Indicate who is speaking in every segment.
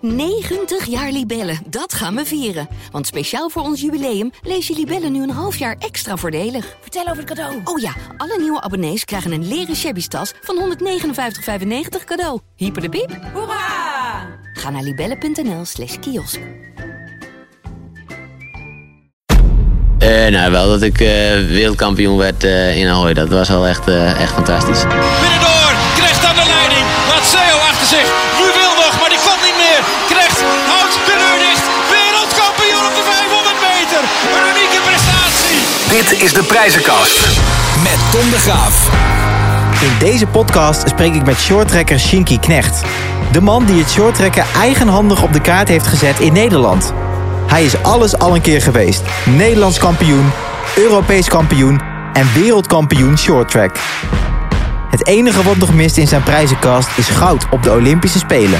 Speaker 1: 90 jaar Libellen, dat gaan we vieren. Want speciaal voor ons jubileum lees je Libellen nu een half jaar extra voordelig.
Speaker 2: Vertel over het cadeau.
Speaker 1: Oh ja, alle nieuwe abonnees krijgen een leren shabby tas van 159,95 cadeau. Hyper de piep.
Speaker 2: Hoera!
Speaker 1: Ga naar libellen.nl slash kiosk.
Speaker 3: Eh, nou, wel dat ik eh, wereldkampioen werd eh, in Ahoy. Dat was wel echt, eh, echt fantastisch.
Speaker 4: Binnendoor, Krecht aan de leiding. Laat Seo achter zich. Nu wil nog, maar die kan niet meer. Krecht houdt de deur dicht. Wereldkampioen op de 500 meter. Een unieke prestatie.
Speaker 5: Dit is de prijzenkast. Met Tom de Graaf.
Speaker 6: In deze podcast spreek ik met shorttrekker Shinky Knecht. De man die het shorttrekken eigenhandig op de kaart heeft gezet in Nederland. Hij is alles al een keer geweest. Nederlands kampioen, Europees kampioen en wereldkampioen shorttrack. Het enige wat nog mist in zijn prijzenkast is goud op de Olympische Spelen.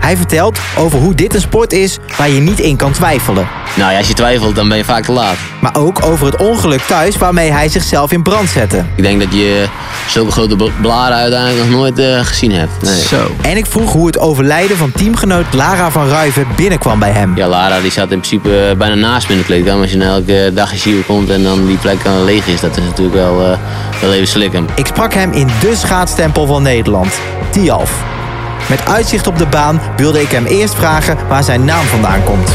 Speaker 6: Hij vertelt over hoe dit een sport is waar je niet in kan twijfelen.
Speaker 3: Nou ja, als je twijfelt, dan ben je vaak te laat.
Speaker 6: Maar ook over het ongeluk thuis waarmee hij zichzelf in brand zette.
Speaker 3: Ik denk dat je zulke grote bl- blaren uiteindelijk nog nooit eh, gezien hebt. Nee.
Speaker 6: En ik vroeg hoe het overlijden van teamgenoot Lara van Ruiven binnenkwam bij hem.
Speaker 3: Ja, Lara die zat in principe eh, bijna naast me in de kleedkamer. Als je nou elke dag in Giro komt en dan die plek eh, leeg is, dat is natuurlijk wel, eh, wel even slikken.
Speaker 6: Ik sprak hem in de schaatstempel van Nederland, Tialf. Met uitzicht op de baan wilde ik hem eerst vragen waar zijn naam vandaan komt.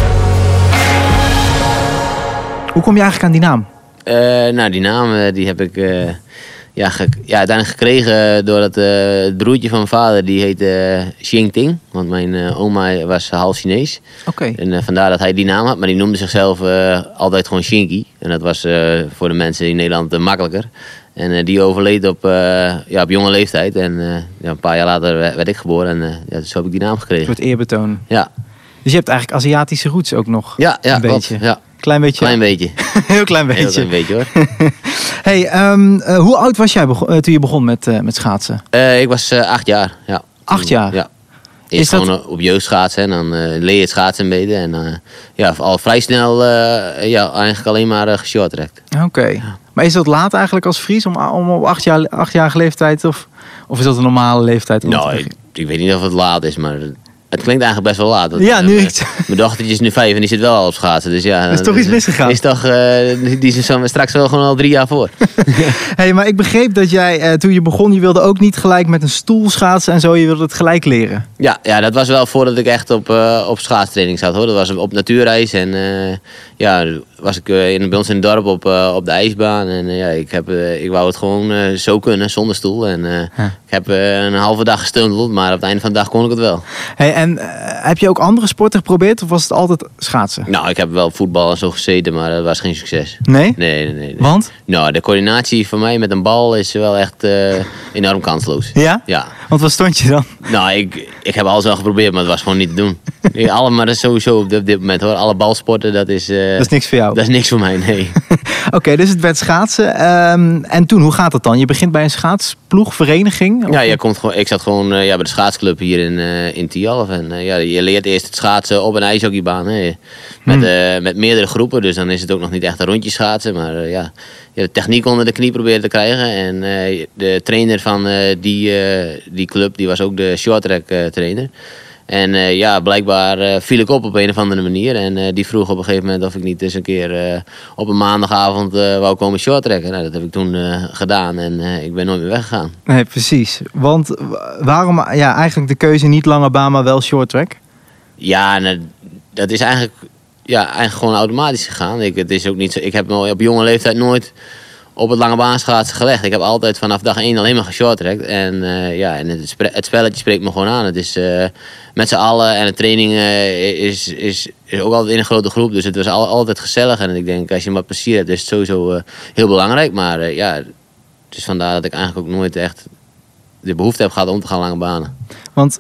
Speaker 6: Hoe kom je eigenlijk aan die naam?
Speaker 3: Eh, nou, die naam eh, die heb ik eh, ja, ge- ja, uiteindelijk gekregen eh, doordat eh, het broertje van mijn vader, die heette eh Xingting. Want mijn eh, oma was half Chinees.
Speaker 6: Oké.
Speaker 3: En eh, vandaar dat hij die naam had, maar die noemde zichzelf eh, altijd gewoon Shinky. En dat was eh, voor de mensen in Nederland eh, makkelijker. En eh, die overleed op, eh, ja, op jonge leeftijd. En eh, ja, een paar jaar later werd, werd ik geboren en eh, ja, zo heb ik die naam gekregen.
Speaker 7: Een soort eerbetoon.
Speaker 3: Ja,
Speaker 7: Dus je hebt eigenlijk Aziatische roots ook nog.
Speaker 3: ja, ja
Speaker 7: een
Speaker 3: klopt.
Speaker 7: beetje.
Speaker 3: Ja.
Speaker 7: Klein beetje.
Speaker 3: Klein beetje.
Speaker 7: Heel klein beetje.
Speaker 3: Heel klein beetje hoor.
Speaker 7: Hey, ehm, eh, hoe oud was jij bego- eh, toen je begon met, eh, met schaatsen?
Speaker 3: Eh, ik was eh, acht jaar. Ja.
Speaker 7: Acht jaar?
Speaker 3: Ja. Eerst
Speaker 7: Is dat-
Speaker 3: gewoon op jeugd schaatsen en dan eh, leer je het schaatsen een beetje. En eh, ja, al vrij snel eh, ja, eigenlijk alleen maar uh, geshortrekt.
Speaker 7: Oké. Maar is dat laat eigenlijk als Fries om, om op acht jaar, achtjarige leeftijd? Of, of is dat een normale leeftijd? om te
Speaker 3: Nou, ik,
Speaker 7: beginnen?
Speaker 3: ik weet niet of het laat is, maar het klinkt eigenlijk best wel laat. Want,
Speaker 7: Ja,
Speaker 3: eh,
Speaker 7: nu
Speaker 3: mijn-
Speaker 7: ik-
Speaker 3: Mijn dochtertje is nu vijf en die zit wel al op schaatsen. Dus ja,
Speaker 7: is
Speaker 3: dan-
Speaker 7: toch iets misgegaan?
Speaker 3: Is toch, eh, die is zo- straks wel gewoon al drie jaar voor.
Speaker 7: hey, maar ik begreep dat jij eh, toen je begon, je wilde ook niet gelijk met een stoel schaatsen en zo. Je wilde het gelijk leren.
Speaker 3: Ja, ja, dat was wel voordat ik echt op, eh, op schaatstraining zat hoor. Dat was op natuurreis en eh, ja, was ik eh, in, bij ons in het dorp op, eh, op de ijsbaan. En eh, ja, ik, heb, eh, ik wou het gewoon eh, zo kunnen, zonder stoel. En eh, ik heb eh, een halve dag gestundeld, maar op het einde van de dag kon ik het wel.
Speaker 7: Hey, en eh, heb je ook andere sporten geprobeerd of was het altijd schaatsen?
Speaker 3: Nou, ik heb wel op voetbal en zo gezeten, maar dat was geen succes.
Speaker 7: Nee?
Speaker 3: Nee, nee, nee. nee.
Speaker 7: Want?
Speaker 3: Nou, de coördinatie van mij met een bal is wel echt eh, enorm kansloos.
Speaker 7: Ja?
Speaker 3: Ja.
Speaker 7: Want wat stond je dan?
Speaker 3: Nou, ik, ik heb alles wel geprobeerd, maar het was gewoon niet te doen. Ik- Alle, maar dat is sowieso op dit, op dit moment hoor. Alle balsporten, dat is... eh,
Speaker 7: Dat is niks voor jou.
Speaker 3: Dat is niks voor mij, nee.
Speaker 7: Oké, dus het werd schaatsen. Ehm, en toen, hoe gaat dat dan? Je begint bij een schaatsploeg, vereniging?
Speaker 3: ja, je komt gewoon, ik zat gewoon eh, ja, bij de schaatsclub hier in, eh in Tialf. En eh, ja, je leert eerst het schaatsen op een ijshockeybaan. Hè. Met, eh, met meerdere groepen, dus dan is het ook nog niet echt een rondje schaatsen. Maar eh, ja, je hebt de techniek onder de knie proberen te krijgen. En eh, de trainer van eh, die, eh, die club, die was ook de shorttrack eh trainer. En eh, ja, blijkbaar eh, viel ik op op een of andere manier. En eh, die vroeg op een gegeven moment of ik niet eens een keer eh, op een maandagavond eh, wou komen shorttrekken. Nou, dat heb ik toen eh, gedaan en eh, ik ben nooit meer weggegaan.
Speaker 7: Nee, precies. Want wa- waarom ja, eigenlijk de keuze niet lange baan, maar wel short track?
Speaker 3: Ja, en, eh, dat is eigenlijk, ja, eigenlijk gewoon automatisch gegaan. Ik, het is ook niet zo, ik heb me op jonge leeftijd nooit op het lange baanschaatsen gelegd. Ik heb altijd vanaf dag één alleen maar geshorttrekt. En, eh, ja, en het, spre- het spelletje spreekt me gewoon aan. Het is eh, met z'n allen en de training eh, is, is, is ook altijd in een grote groep. Dus het was al- altijd gezellig. En ik denk, als je wat plezier hebt, is het sowieso eh, heel belangrijk. Maar eh, ja, dus vandaar dat ik eigenlijk ook nooit echt de behoefte heb gehad om te gaan lange banen.
Speaker 7: Want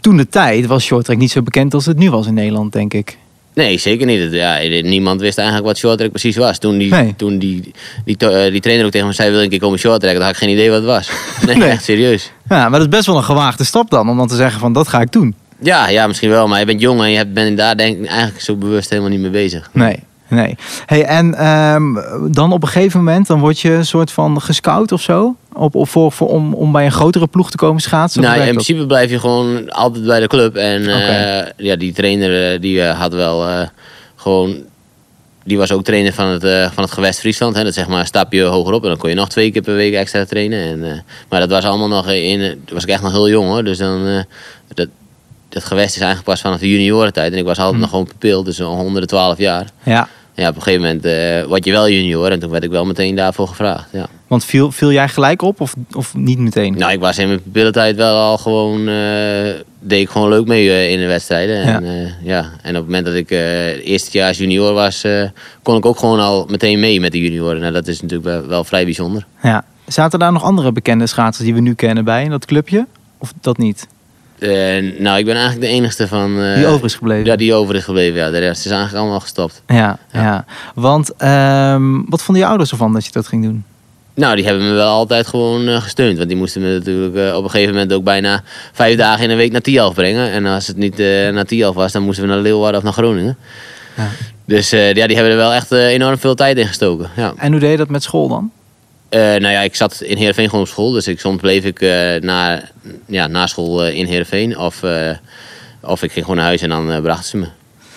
Speaker 7: toen de tijd was short track niet zo bekend als het nu was in Nederland, denk ik.
Speaker 3: Nee, zeker niet. Het- Ja, eh, niemand wist eigenlijk wat shorttrack precies was. Toen die,
Speaker 7: Nee.
Speaker 3: toen die, die, to- eh, die trainer ook tegen me zei, wil je een keer komen shorttracken? Dan had ik geen idee wat het was. Nee,
Speaker 7: Nee.
Speaker 3: echt serieus.
Speaker 7: Ja, maar dat is best wel een gewaagde stap dan, om dan te zeggen van dat ga ik doen.
Speaker 3: Ja, ja, misschien wel, maar je bent jong en je hebt- bent daar denk ik eigenlijk zo bewust helemaal niet mee bezig.
Speaker 7: Nee, nee. Hey, en ehm, dan op een gegeven moment, dan word je een soort van gescout of zo? Op, op, voor, voor, om, om bij een grotere ploeg te komen schaatsen? Of
Speaker 3: Nou,
Speaker 7: hoe
Speaker 3: in
Speaker 7: werkt
Speaker 3: principe blijf je gewoon altijd bij de club. En eh,
Speaker 7: Oké.
Speaker 3: ja, die trainer eh, die eh, had wel eh, gewoon. Die was ook trainer van het, eh, van het gewest Friesland. Hè. Dat is zeg maar een stapje hogerop. En dan kon je nog twee keer per week extra trainen. En, eh, maar dat was allemaal nog in. eh, Toen was ik echt nog heel jong hoor. Dus dan. eh, dat, dat gewest is aangepast vanaf de juniorentijd. En ik was altijd nog gewoon pupil. Dus onder de 12 jaar.
Speaker 7: dat? Ja,
Speaker 3: Ja, op een gegeven moment eh word je wel junior. En toen werd ik wel meteen daarvoor gevraagd. Ja.
Speaker 7: want viel, viel jij gelijk op of, of niet meteen?
Speaker 3: Nou, ik was in mijn pupillentijd wel al gewoon... eh, deed ik gewoon leuk mee eh, in de wedstrijden. En, eh, ja. en op het moment dat ik eh eerstejaars junior was... eh, kon ik ook gewoon al meteen mee met de junioren. Nou, dat is natuurlijk wel, wel vrij bijzonder.
Speaker 7: Ja. Zaten daar nog andere bekende schaatsers die we nu kennen bij in dat clubje? Of dat niet?
Speaker 3: Eh, nou, ik ben eigenlijk de enigste van... eh,
Speaker 7: Die over is gebleven.
Speaker 3: Ja, die over is gebleven. Ja, de rest is eigenlijk allemaal gestopt.
Speaker 7: Ja, ja. want ehm, wat vonden je ouders ervan dat je dat ging doen?
Speaker 3: Nou, die hebben me wel altijd gewoon eh, gesteund. Want die moesten me natuurlijk eh, op een gegeven moment ook bijna vijf dagen in een week naar Tialf brengen. En als het niet eh, naar Tialf was, dan moesten we naar Leeuwarden of naar Groningen.
Speaker 7: Ja.
Speaker 3: Dus eh, ja, die hebben er wel echt eh, enorm veel tijd in gestoken. Ja.
Speaker 7: En hoe deed je dat met school dan?
Speaker 3: Eh, nou ja, ik zat in Heerenveen gewoon op school. Dus ik, soms bleef ik eh, na, ja, na school eh, in Heerenveen. Of, eh, of ik ging gewoon naar huis en dan eh, brachten ze me.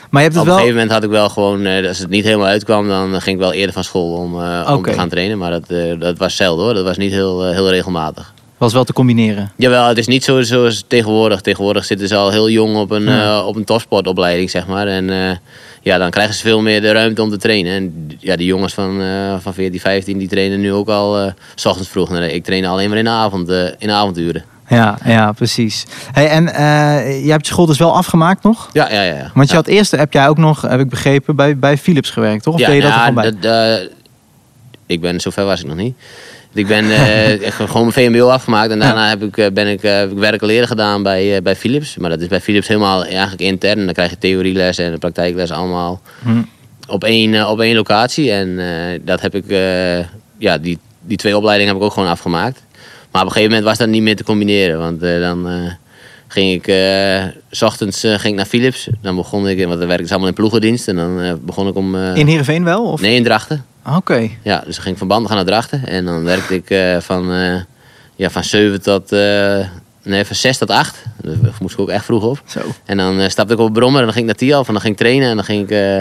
Speaker 7: Maar je hebt het
Speaker 3: Op een
Speaker 7: wel.
Speaker 3: gegeven moment had ik wel gewoon, eh, als het niet helemaal uitkwam, dan ging ik wel eerder van school om, eh, om te
Speaker 7: Oké.
Speaker 3: gaan trainen. Maar dat, eh, dat was zelden hoor, dat was niet heel, eh, heel regelmatig.
Speaker 7: was wel te combineren.
Speaker 3: Jawel, het is niet zo, zoals tegenwoordig. Tegenwoordig zitten ze al heel jong op een,
Speaker 7: Ja.
Speaker 3: eh, op een topsportopleiding, zeg maar. En eh, ja, dan krijgen ze veel meer de ruimte om te trainen. En d- ja, die jongens van, eh, van 14, 15, die trainen nu ook al eh, s ochtends vroeg. Nou, Ik train alleen maar in de, avond, eh, in de avonduren.
Speaker 7: Ja, ja precies. Hey, en eh, je hebt je school dus wel afgemaakt nog?
Speaker 3: Ja, ja, ja. ja.
Speaker 7: Want je
Speaker 3: ja.
Speaker 7: had eerst, heb jij ook nog, heb ik begrepen, bij, bij Philips gewerkt, toch? Of
Speaker 3: ja,
Speaker 7: deed je dat er
Speaker 3: nou,
Speaker 7: gewoon bij?
Speaker 3: dat, eh, ik ben, zover was ik nog niet. Ik ben eh, echt gewoon mijn VMBO afgemaakt en daarna heb ik, eh, ben ik, eh, heb ik werk en leren gedaan bij, eh, bij Philips. Maar dat is bij Philips helemaal eigenlijk intern. Dan krijg je theorieles en praktijkles allemaal
Speaker 7: Hm.
Speaker 3: op één, eh, op één locatie. En eh, dat heb ik, eh, ja, die, die twee opleidingen heb ik ook gewoon afgemaakt. Maar op een gegeven moment was dat niet meer te combineren. Want eh, dan eh, ging ik, eh, s ochtends eh, ging ik naar Philips. Dan begon ik, want dan werkte ze allemaal in ploegendienst. En dan eh, begon ik om... eh,
Speaker 7: In Heerenveen wel? Of? Ah,
Speaker 3: Nee, in Drachten.
Speaker 7: Oké.
Speaker 3: Ja, dus dan ging ik van banden gaan naar Drachten. En dan werkte ik eh, van, eh, ja, van 7 tot... eh, nee, van 6 tot 8. Daar moest ik ook echt vroeg op.
Speaker 7: Zo.
Speaker 3: En dan eh, stapte ik op Brommer en dan ging ik naar Tialf en dan ging ik trainen. En dan ging ik... eh,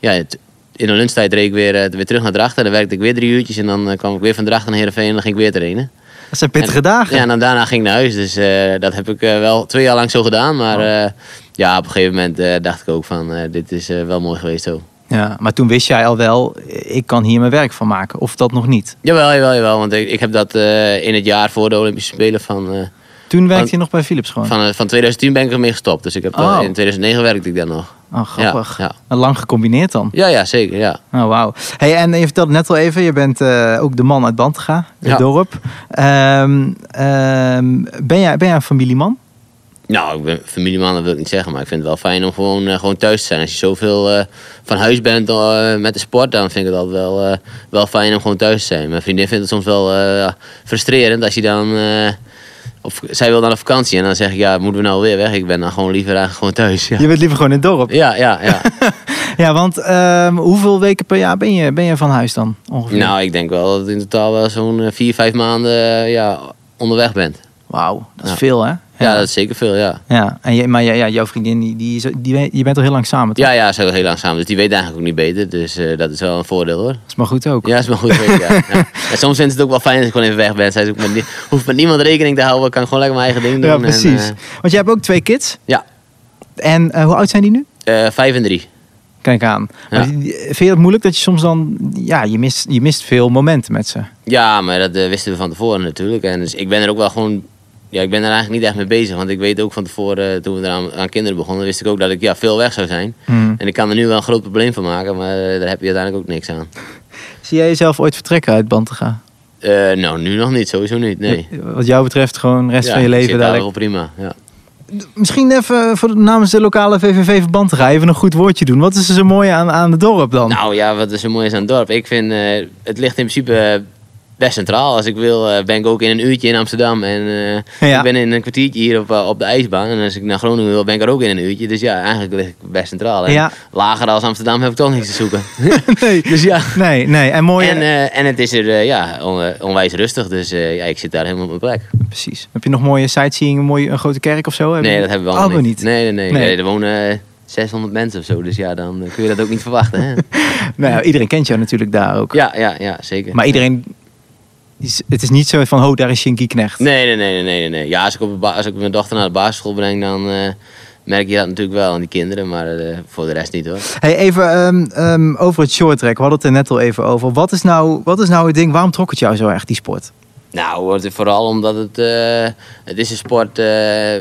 Speaker 3: ja, het- in de lunchtijd reed ik weer, eh, weer terug naar Drachten. En dan werkte ik weer drie uurtjes. En dan eh, kwam ik weer van Drachten naar Heerenveen en dan ging ik weer trainen.
Speaker 7: Dat zijn pittige dagen.
Speaker 3: Ja, en dan daarna ging ik naar huis. Dus eh, dat heb ik eh, wel twee jaar lang zo gedaan. Maar
Speaker 7: Oh.
Speaker 3: eh, ja, op een gegeven moment eh, dacht ik ook van... eh, dit is eh, wel mooi geweest zo.
Speaker 7: Ja, maar toen wist jij al wel, ik kan hier mijn werk van maken. Of dat nog niet?
Speaker 3: Jawel, jawel, jawel. Want ik, ik heb dat eh, in het jaar voor de Olympische Spelen van, eh,
Speaker 7: Toen werkte je
Speaker 3: Van-
Speaker 7: nog bij Philips gewoon?
Speaker 3: van, eh, van 2010 ben ik ermee gestopt. Dus ik heb, eh,
Speaker 7: Oh.
Speaker 3: in 2009 werkte ik daar nog.
Speaker 7: Oh, grappig.
Speaker 3: Ja,
Speaker 7: Lang gecombineerd dan.
Speaker 3: Ja, ja, zeker, ja.
Speaker 7: Oh, wauw. Hey, en je vertelde net al even, je bent eh, ook de man uit Bantega, het
Speaker 3: Ja.
Speaker 7: dorp. Ehm, ehm, ben, jij, ben jij een familieman?
Speaker 3: Nou, ik ben familieman, dat wil ik niet zeggen. Maar ik vind het wel fijn om gewoon, eh, gewoon thuis te zijn. Als je zoveel eh, van huis bent eh, met de sport, dan vind ik het altijd wel, eh, wel fijn om gewoon thuis te zijn. Mijn vriendin vindt het soms wel eh, frustrerend als je dan... eh, of, zij wil dan op vakantie en dan zeg ik, ja, moeten we nou weer weg? Ik ben dan gewoon liever eigenlijk gewoon thuis. Ja,
Speaker 7: Je bent liever gewoon in het dorp.
Speaker 3: ja, ja. ja.
Speaker 7: Ja, want ehm, hoeveel weken per jaar ben je, ben je van huis dan ongeveer?
Speaker 3: Nou, ik denk wel dat het in totaal wel zo'n eh, vier, vijf maanden eh, ja, onderweg bent.
Speaker 7: Wauw, dat is
Speaker 3: Ja.
Speaker 7: veel hè? Ja,
Speaker 3: Ja, dat is zeker veel, ja.
Speaker 7: Ja, en je, maar ja, ja, jouw vriendin, die, die, is- die, je bent al heel lang samen toch?
Speaker 3: Ja, ja, zo heel langzaam. Dus die weet eigenlijk ook niet beter. Dus eh, dat is wel een voordeel hoor.
Speaker 7: Dat is maar goed ook.
Speaker 3: Ja, is maar goed. weet je, ja. Ja. En soms vindt ze het ook wel fijn als ik gewoon even weg ben. Zij is ook met nie- hoeft met niemand rekening te houden. Kan ik gewoon lekker mijn eigen ding doen.
Speaker 7: Ja,
Speaker 3: en,
Speaker 7: precies.
Speaker 3: eh,
Speaker 7: Want jij hebt ook twee kids.
Speaker 3: ja,
Speaker 7: En eh, hoe oud zijn die nu?
Speaker 3: Eh, vijf en drie.
Speaker 7: Kijk aan. Maar
Speaker 3: Ja.
Speaker 7: die- die- Vind je dat moeilijk dat je soms dan... Ja, je mist, je mist veel momenten met ze.
Speaker 3: Ja, maar dat eh, wisten we van tevoren natuurlijk. En dus ik ben er ook wel gewoon. Ja, ik ben er eigenlijk niet echt mee bezig. Want ik weet ook van tevoren, eh, toen we eraan aan kinderen begonnen, wist ik ook dat ik ja, veel weg zou zijn.
Speaker 7: Hmm.
Speaker 3: En ik kan er nu wel een groot probleem van maken, maar eh, daar heb je uiteindelijk ook niks aan.
Speaker 7: Zie jij jezelf ooit vertrekken uit Bantega?
Speaker 3: Eh, nou, nu nog niet, sowieso niet. Nee.
Speaker 7: Wat jou betreft gewoon de rest
Speaker 3: Ja,
Speaker 7: van je
Speaker 3: ik zit
Speaker 7: leven
Speaker 3: daar
Speaker 7: dadelijk.
Speaker 3: wel prima. Ja.
Speaker 7: Misschien even eh, voor, namens de lokale VVV van Bantega even een goed woordje doen. Wat is er zo mooi aan, aan het dorp dan?
Speaker 3: Nou ja, wat is er mooi is aan het dorp. Ik vind, eh, het ligt in principe eh, best centraal. Als ik wil, eh, ben ik ook in een uurtje in Amsterdam. En eh,
Speaker 7: Ja.
Speaker 3: ik ben in een kwartiertje hier op, eh, op de ijsbaan. En als ik naar Groningen wil, ben ik er ook in een uurtje. Dus ja, eigenlijk lig ik best centraal. En
Speaker 7: Ja.
Speaker 3: Lager als Amsterdam heb ik toch niks te zoeken.
Speaker 7: nee.
Speaker 3: dus ja.
Speaker 7: Nee, nee. En mooi.
Speaker 3: En, eh, en het is er eh, ja, on- onwijs rustig. Dus eh, ja, ik zit daar helemaal op mijn plek.
Speaker 7: Precies. Heb je nog mooie sightseeing, een, mooie, een grote kerk of zo? Heb
Speaker 3: Nee,
Speaker 7: je-
Speaker 3: dat hebben we
Speaker 7: Oh,
Speaker 3: allemaal
Speaker 7: niet.
Speaker 3: Nee, nee, nee.
Speaker 7: Nee.
Speaker 3: Nee, Er wonen eh, 600 mensen of zo. Dus ja, dan eh, kun je dat ook niet verwachten. Hè?
Speaker 7: Nou, iedereen kent jou natuurlijk daar ook.
Speaker 3: Ja, ja, ja, zeker.
Speaker 7: Maar iedereen... is- Het is niet zo van, oh, daar is Shinky Knecht.
Speaker 3: Nee, nee, nee, nee, nee, nee. Ja, als ik, op de ba- als ik mijn dochter naar de basisschool breng, dan eh, merk je dat natuurlijk wel aan die kinderen. Maar eh, voor de rest niet hoor.
Speaker 7: Hey, even ehm, ehm, over het short track. We hadden het er net al even over. Wat is, nou, wat is nou het ding? Waarom trok het jou zo erg, die sport?
Speaker 3: Nou, wordt het vooral omdat het, eh, het is een sport eh,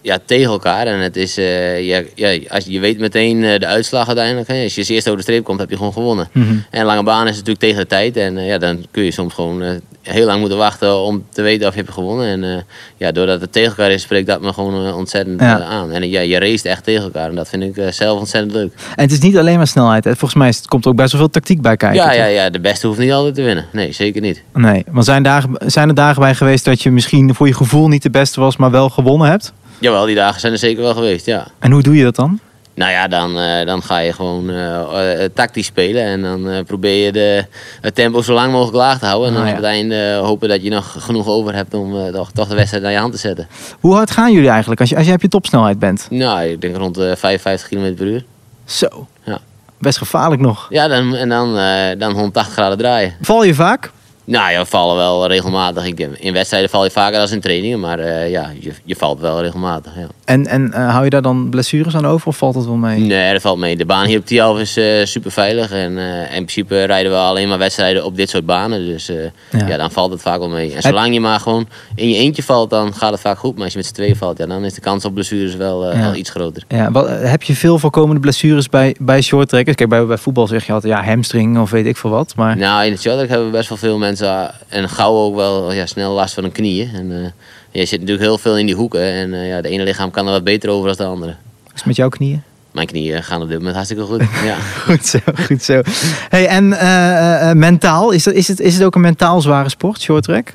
Speaker 3: ja, tegen elkaar. En het is, eh, ja, ja, als, je weet meteen eh, de uitslag uiteindelijk. Hè. Als je als eerste over de streep komt, heb je gewoon gewonnen.
Speaker 7: Mhm.
Speaker 3: En lange baan is natuurlijk tegen de tijd. En eh, ja, dan kun je soms gewoon eh, heel lang moeten wachten om te weten of je hebt gewonnen. En eh, ja, doordat het tegen elkaar is, spreekt dat me gewoon eh, ontzettend
Speaker 7: Ja.
Speaker 3: eh, aan. En eh, ja, je race echt tegen elkaar. En dat vind ik eh, zelf ontzettend leuk.
Speaker 7: En het is niet alleen maar snelheid. hè? Volgens mij is het, komt er ook best wel veel tactiek bij kijken.
Speaker 3: ja, ja,
Speaker 7: toch?
Speaker 3: ja, de beste hoeft niet altijd te winnen. Nee, zeker niet.
Speaker 7: Nee, want zijn, dagen, zijn er dagen bij geweest dat je misschien voor je gevoel niet de beste was, maar wel gewonnen hebt?
Speaker 3: Jawel, die dagen zijn er zeker wel geweest, ja.
Speaker 7: En hoe doe je dat dan?
Speaker 3: Nou ja, dan, eh, dan ga je gewoon eh, eh, tactisch spelen. En dan eh, probeer je de, het tempo zo lang mogelijk laag te houden. En dan
Speaker 7: Ah,
Speaker 3: op
Speaker 7: ja.
Speaker 3: het einde eh, hopen dat je nog genoeg over hebt om eh, toch, toch de wedstrijd naar je hand te zetten.
Speaker 7: Hoe hard gaan jullie eigenlijk als je, als je op je topsnelheid bent?
Speaker 3: Nou, ik denk rond de 55 km per uur.
Speaker 7: Zo,
Speaker 3: Ja,
Speaker 7: best gevaarlijk nog.
Speaker 3: ja dan, en dan, eh, dan 180 graden draaien.
Speaker 7: Val je vaak?
Speaker 3: Nou ja, we vallen wel regelmatig. Ik, in wedstrijden val je vaker dan in trainingen. Maar eh, ja, je, je valt wel regelmatig, ja.
Speaker 7: En, en eh, hou je daar dan blessures aan over of valt dat wel mee?
Speaker 3: Nee, dat valt mee. De baan hier op Tialf is super veilig. En eh, in principe rijden we alleen maar wedstrijden op dit soort banen. Dus eh,
Speaker 7: Ja.
Speaker 3: ja. dan valt het vaak wel mee. En zolang je maar gewoon in je eentje valt, dan gaat het vaak goed. Maar als je met z'n tweeën valt, ja, dan is de kans op blessures wel, eh,
Speaker 7: Ja.
Speaker 3: wel iets groter.
Speaker 7: Ja, wat, eh, heb je veel voorkomende blessures bij, bij shorttrekkers? Kijk, bij, bij voetbal zeg je altijd ja, hamstring of weet ik veel wat. Maar
Speaker 3: Nou, in het shorttrack hebben we best wel veel mensen eh, en gauw ook wel ja, snel last van hun knieën. En, eh, je zit natuurlijk heel veel in die hoeken. En eh, ja, de ene lichaam kan er wat beter over dan de andere.
Speaker 7: is het met jouw knieën?
Speaker 3: Mijn knieën gaan op dit moment hartstikke goed. Ja.
Speaker 7: Goed zo, goed zo. Hey, en eh, eh, eh, mentaal, is, dat, is, het, is het ook een mentaal zware sport, shorttrack?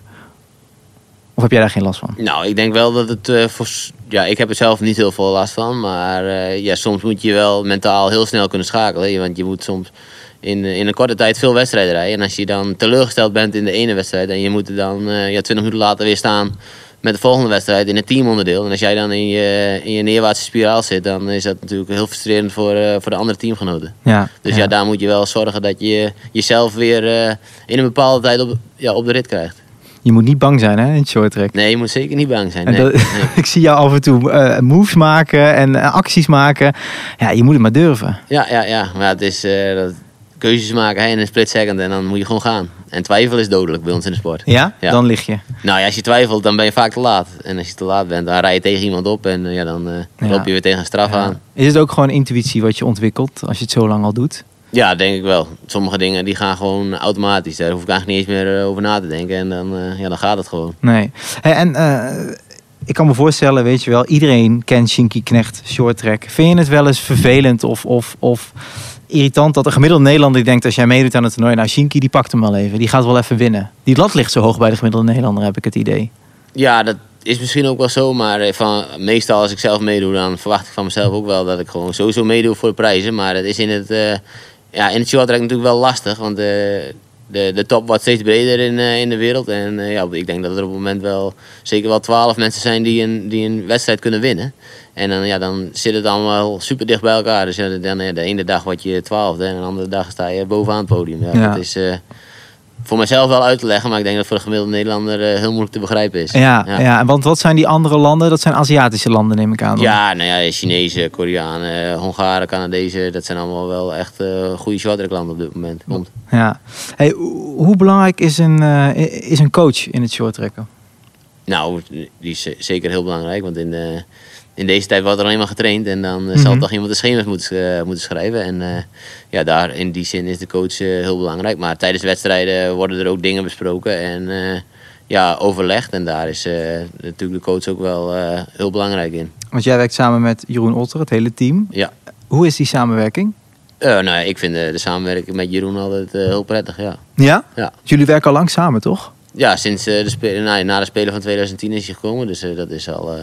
Speaker 7: Of heb jij daar geen last van?
Speaker 3: Nou, ik denk wel dat het eh, voor. s- Ja, ik heb er zelf niet heel veel last van. Maar eh, ja, soms moet je wel mentaal heel snel kunnen schakelen. Want je moet soms in, eh, in een korte tijd veel wedstrijden rijden. En als je dan teleurgesteld bent in de ene wedstrijd. en je moet er dan eh, ja, 20 minuten later weer staan. met de volgende wedstrijd in het teamonderdeel. En als jij dan in je, in je neerwaartse spiraal zit. dan is dat natuurlijk heel frustrerend voor, eh, voor de andere teamgenoten.
Speaker 7: Ja,
Speaker 3: Dus ja. daar moet je wel zorgen dat je jezelf weer eh, in een bepaalde tijd op, ja, op de rit krijgt.
Speaker 7: Je moet niet bang zijn hè, in het shorttrack.
Speaker 3: Nee, je moet zeker niet bang zijn.
Speaker 7: En
Speaker 3: nee.
Speaker 7: dat-
Speaker 3: Nee.
Speaker 7: ik zie jou af en toe eh, moves maken en eh, acties maken. Ja, je moet het maar durven.
Speaker 3: Ja, ja, ja. Maar het is eh, dat keuzes maken hè, in een split second en dan moet je gewoon gaan. En twijfel is dodelijk bij ons in de sport.
Speaker 7: Ja?
Speaker 3: Ja.
Speaker 7: Dan lig je.
Speaker 3: Nou ja, als je twijfelt, dan ben je vaak te laat. En als je te laat bent, dan rij je tegen iemand op en eh, ja, dan eh,
Speaker 7: Ja.
Speaker 3: loop je weer tegen een straf
Speaker 7: Ja.
Speaker 3: aan.
Speaker 7: Is het ook gewoon intuïtie wat je ontwikkelt als je het zo lang al doet?
Speaker 3: Ja, denk ik wel. Sommige dingen die gaan gewoon automatisch. Daar hoef ik eigenlijk niet eens meer eh, over na te denken. En dan, eh, ja, dan gaat het gewoon.
Speaker 7: Nee. Hey, en eh, ik kan me voorstellen, weet je wel, iedereen kent Shinky Knecht short track. Vind je het wel eens vervelend of, of, of irritant dat een gemiddelde Nederlander denkt als jij meedoet aan het toernooi, nou Shinky die pakt hem wel even, die gaat wel even winnen. Die lat ligt zo hoog bij de gemiddelde Nederlander, heb ik het idee.
Speaker 3: Ja, dat is misschien ook wel zo, maar eh, van, meestal als ik zelf meedoe, dan verwacht ik van mezelf ook wel dat ik gewoon sowieso meedoe voor de prijzen. Maar dat is in het, eh ja, in het short track natuurlijk wel lastig, want eh, de, de top wordt steeds breder in, eh, in de wereld. En eh, ja, ik denk dat er op het moment wel zeker wel twaalf mensen zijn die een, die een wedstrijd kunnen winnen. En dan, ja, dan zit het allemaal super dicht bij elkaar. Dus ja, dan, eh, de ene dag word je twaalfde en de andere dag sta je bovenaan het podium. Ja,
Speaker 7: Ja.
Speaker 3: Dat is eh, voor mezelf wel uit te leggen, maar ik denk dat voor de gemiddelde Nederlander eh, heel moeilijk te begrijpen is.
Speaker 7: Ja, ja. want wat zijn die andere landen? Dat zijn Aziatische landen, neem ik aan. dan.
Speaker 3: Ja, nou ja, Chinezen, Koreanen, Hongaren, Canadezen, dat zijn allemaal wel echt eh goede shorttracklanden op dit moment. Want
Speaker 7: ja. Hey, hoe hoe belangrijk is een, eh, is een coach in het short tracken?
Speaker 3: Nou, die is eh, zeker heel belangrijk, want in, eh, in deze tijd wordt er alleen maar getraind en dan eh, zal toch iemand de schema's moeten, eh, moeten schrijven. En eh, ja, daar in die zin is de coach eh, heel belangrijk. Maar tijdens wedstrijden worden er ook dingen besproken en eh, ja, overlegd. En daar is eh, natuurlijk de coach ook wel eh, heel belangrijk in.
Speaker 7: Want jij werkt samen met Jeroen Otter, het hele team.
Speaker 3: Ja.
Speaker 7: Hoe is die samenwerking?
Speaker 3: Eh, nou ja, ik vind eh, de samenwerking met Jeroen altijd eh, heel prettig, ja.
Speaker 7: Ja?
Speaker 3: Ja.
Speaker 7: Jullie werken al lang samen, toch?
Speaker 3: Ja, sinds eh, de spe- na, na de Spelen van 2010 is hij gekomen, dus eh, dat is al, eh,